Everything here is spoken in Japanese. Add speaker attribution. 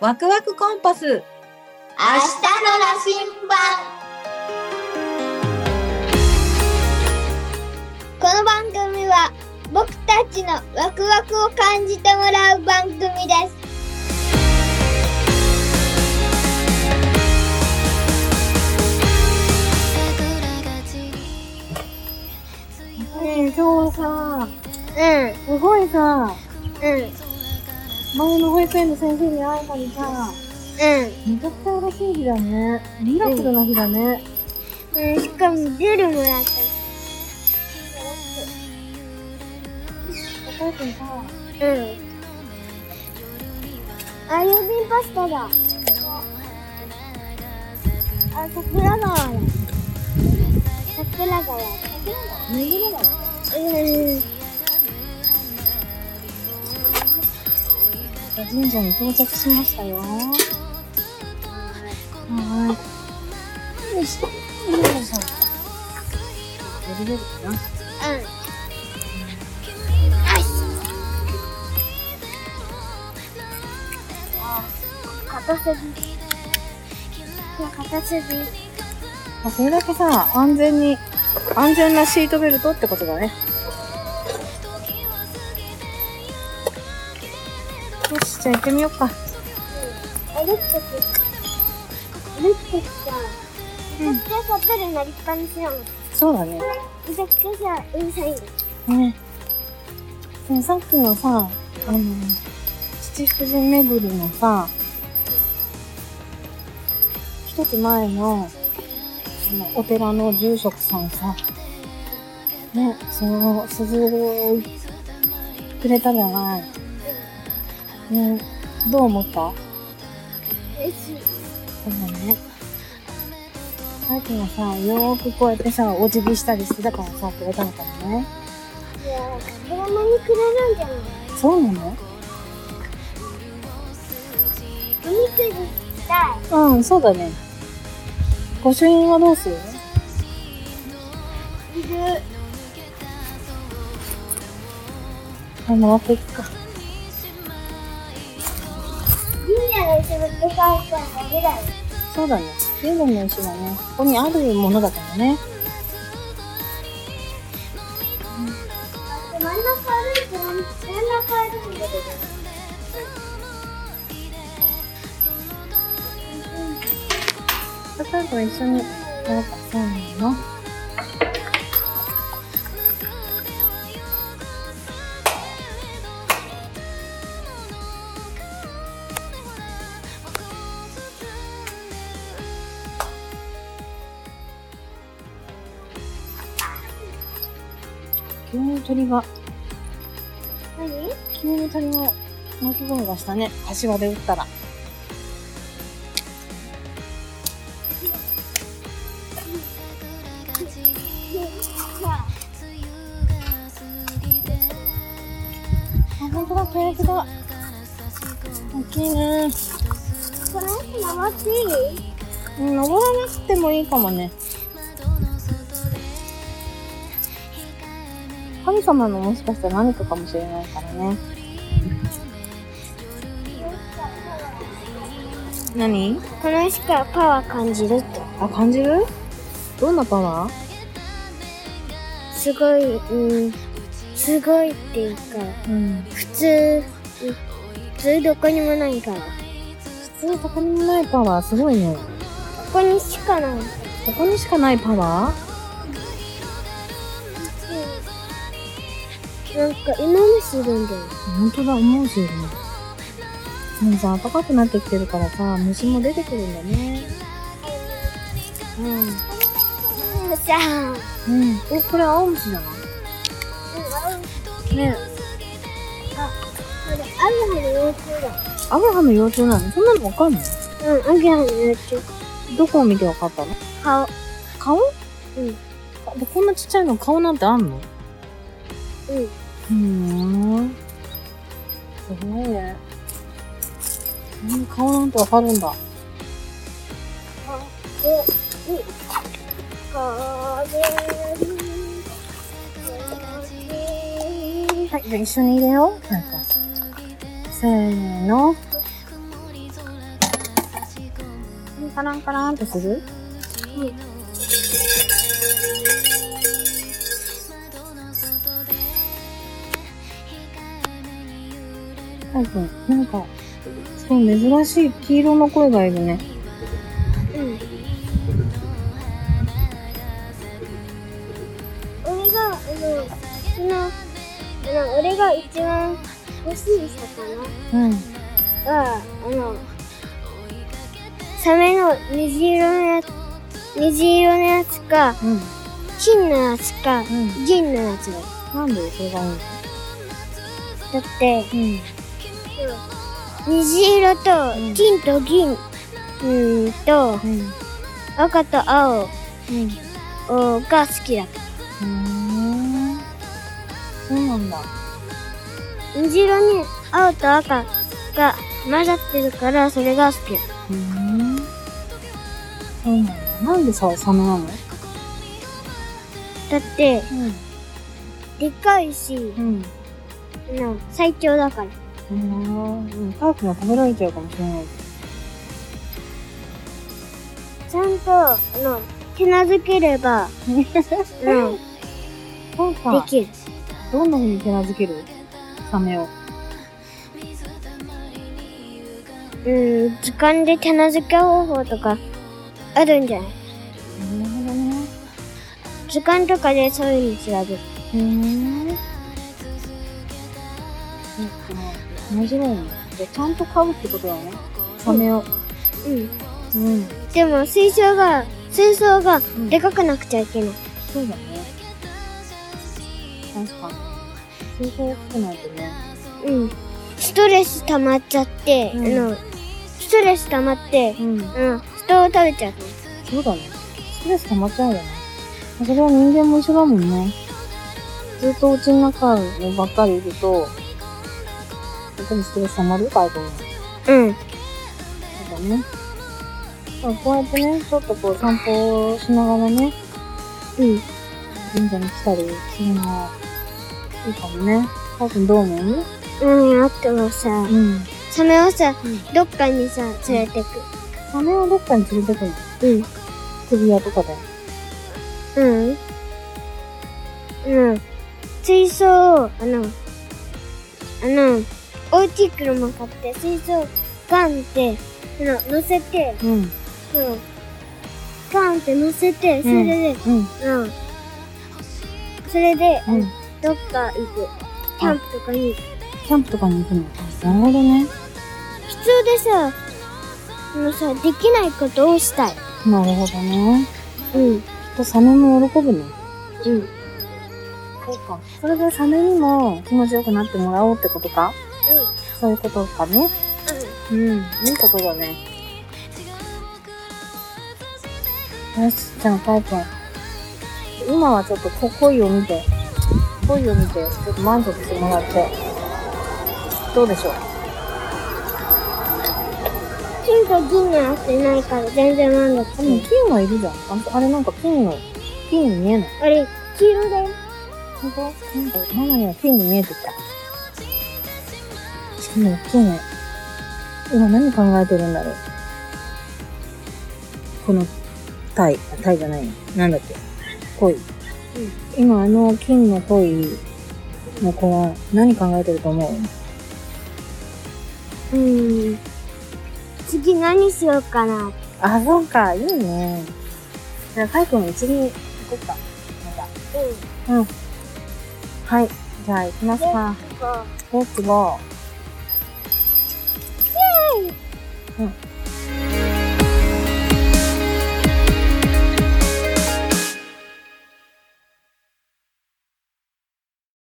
Speaker 1: ワクワクコンパス
Speaker 2: 明日の羅針盤この番組は僕たちのワクワクを感じてもらう番組です
Speaker 1: ねえ今日さ
Speaker 2: うん
Speaker 1: すごいさ
Speaker 2: うん
Speaker 1: 前の保育園の先生に会えたりさ
Speaker 2: うん
Speaker 1: めちゃくちゃ嬉しい日だねリラフルな日だね、
Speaker 2: うん、しかもジルもらった。
Speaker 1: お母さんさ
Speaker 2: うん。あ、郵便パスタだ。あ、桜川だ。桜川。
Speaker 1: ぬいぐるみだ
Speaker 2: うん。
Speaker 1: 神社に到着しましたよ。はーい。よいしょ。よいしょ。やるよかな
Speaker 2: うん。片筋。片筋。
Speaker 1: まあ、それだけさ、安全に、安全なシートベルトってことだね。よし、じゃあ行ってみようか。
Speaker 2: 歩くとき。歩くときさ、めちゃくちゃサベルなりっぱなしだもん。
Speaker 1: そうだね。
Speaker 2: めちゃくちゃさ、うるさいよ。
Speaker 1: ねでもさっきのさ、あの、七福神巡りのさ、一つ前の、そのお寺の住職さんさ、ね、その鈴をくれたじゃない。ね、どう思った
Speaker 2: 嬉しい。
Speaker 1: そうだね。さっきもさ、よーくこうやってさ、お辞儀したりしてたからさ、くれたのかもね。
Speaker 2: いや、ドラマにくれるんじゃない
Speaker 1: そうなの
Speaker 2: おみくじしたい。
Speaker 1: うん、そうだね。御朱印はどうする
Speaker 2: いる。
Speaker 1: あ、回っていくか。
Speaker 2: 神社の後ろってさ、一本だけだよ。
Speaker 1: そうだね。ユーロの石はね、ここにあるものだからね。
Speaker 2: 真ん中歩いて、真ん中歩いてる。
Speaker 1: だからと一緒に、なんかそうなの。急に鳥が、
Speaker 2: 何
Speaker 1: 急に鳥の鳴き声がしたね。柏で打ったら。あ、本
Speaker 2: さ
Speaker 1: 当だ、ケーキだ。大きいね。
Speaker 2: あ、この辺回っていい
Speaker 1: うん、登らなくてもいいかもね。神様のもしかしたら何かかもしれないからね。何
Speaker 2: この石からパワー感じるって。
Speaker 1: あ、感じるどんなパワー
Speaker 2: すごい、うん。すごいっていうか、
Speaker 1: うん。
Speaker 2: 普通、普通どこにもないから。
Speaker 1: 普通ここにもないパワー、すごいね。
Speaker 2: ここにしかない。
Speaker 1: ここにしかないパワ
Speaker 2: なんか芋虫いるんだよ。
Speaker 1: ー本当だ、思うしよね。もうさ、暖かくなってきてるからさ、虫も出てくるんだね。
Speaker 2: じゃあ、うん、
Speaker 1: うん。うん。え、これ青虫じゃないね
Speaker 2: あ、これアゲハの幼虫だ。
Speaker 1: アブハの幼虫なのそんなのわかんない
Speaker 2: うん、アゲハの幼虫。
Speaker 1: どこを見てわかったの
Speaker 2: 顔。
Speaker 1: 顔
Speaker 2: うん、
Speaker 1: でこんなちっちゃいの顔なんてあんの
Speaker 2: うん。
Speaker 1: うーん。すごいね。うん顔なんてわかるんだ。
Speaker 2: 顔に、顔で、
Speaker 1: はい、じゃあ一緒に入れよう。なんか。せーの。カランカランってする
Speaker 2: うん。
Speaker 1: 多分、なんか、そう、珍しい黄色の声がいるね。
Speaker 2: うん。俺が、あの、その、あの、俺が一番欲しい
Speaker 1: うん。
Speaker 2: 魚は、あの、サメの虹色のやつ、虹色のやつか、
Speaker 1: うん。
Speaker 2: 金のやつか、
Speaker 1: う
Speaker 2: 銀のやつだ。
Speaker 1: なんでそれがいいの
Speaker 2: だって、
Speaker 1: うん。
Speaker 2: 虹色と
Speaker 1: うん
Speaker 2: 金と銀、うーんと、
Speaker 1: うん。
Speaker 2: 赤と青
Speaker 1: うん。
Speaker 2: おが好きだ。
Speaker 1: ふーんそうなんだ。
Speaker 2: 虹色に青と赤が混ざってるからそれが好き。
Speaker 1: ふーん。そうなんだ。なんでさ、サメなの
Speaker 2: だって、でかいし、
Speaker 1: うん。
Speaker 2: な最強だから。
Speaker 1: うん。うん。パークも食べられちゃうかもしれない。
Speaker 2: ちゃんと、あの、手なずければ、うん、で
Speaker 1: そうか。
Speaker 2: きる。
Speaker 1: どんな風に手なずけるサメを。
Speaker 2: うん、図鑑で手なずけ方法とか、あるんじゃない
Speaker 1: なるほどね。
Speaker 2: 図鑑とかでそういうの調べ
Speaker 1: へ
Speaker 2: る。
Speaker 1: え。面白いね。で、ちゃんと買うってことだね。サメを。
Speaker 2: うん。
Speaker 1: うん。
Speaker 2: でも、水槽が、水槽が
Speaker 1: ん
Speaker 2: でかくなくちゃいけない。
Speaker 1: そうだね。確かに。水槽大きくないとね。
Speaker 2: うん。ストレス溜まっちゃって、
Speaker 1: うん
Speaker 2: あの、ストレス溜まって、
Speaker 1: うん。
Speaker 2: うん、人を食べちゃう。
Speaker 1: そうだね。ストレス溜まっちゃうよね。それは人間も一緒だもんね。ずっとお家の中にばっかりいると、やっぱりストレス溜まるからと思う。
Speaker 2: うん。
Speaker 1: そうだね。まあこうやってね、ちょっとこう散歩をしながらね、
Speaker 2: うん。
Speaker 1: 神社に来たりするのはいいかもね。多分どう思う
Speaker 2: うん、あとはさ、
Speaker 1: うん。
Speaker 2: サメをさ、
Speaker 1: うん
Speaker 2: どっかにさ、連れて
Speaker 1: サメをどっかに連れてくの
Speaker 2: く。うん。
Speaker 1: 釣り屋とかで。
Speaker 2: うん。うん。水槽を、あの、あの、大きい車買って、水槽をガンって、あの、乗せて、
Speaker 1: うん。
Speaker 2: うん。ガンって乗せて、それで、
Speaker 1: うん。
Speaker 2: うん。それで、
Speaker 1: うん。
Speaker 2: どっか行く。キャンプとかに行く。
Speaker 1: キャンプとかに行くの。なるほどね。
Speaker 2: 必要でさ、あのさ、できないことをしたい。
Speaker 1: なるほどね。
Speaker 2: うん。
Speaker 1: きっとサメも喜ぶね。
Speaker 2: うん。
Speaker 1: そうか。それでサメにも気持ちよくなってもらおうってことか
Speaker 2: うん。
Speaker 1: そういうことかね。うん。いいことだね。よし、じゃあ、たいちゃん。今はちょっとこ恋を見て、恋を見て、ちょっと満足してもらって。どうでしょう
Speaker 2: 金と銀に合ってないから全然満足
Speaker 1: あ、でも金はいるじゃん。ああれなんか金の、金に見えない。
Speaker 2: あれ、黄色だよ。
Speaker 1: 本当なんかママには金に見えてきた。しかも金ね。今何考えてるんだろう。この、タイ、あタイじゃないの。なんだっけ。恋。今あの金の恋の子は何考えてると思う
Speaker 2: うん。次何しようかな。
Speaker 1: あ、そうか。いいね。じゃあ、カイ君も一緒に行こうか。
Speaker 2: う
Speaker 1: はい。じゃあ行きますか。
Speaker 2: ん。
Speaker 1: レッツゴー。
Speaker 2: イェーイ
Speaker 1: うん。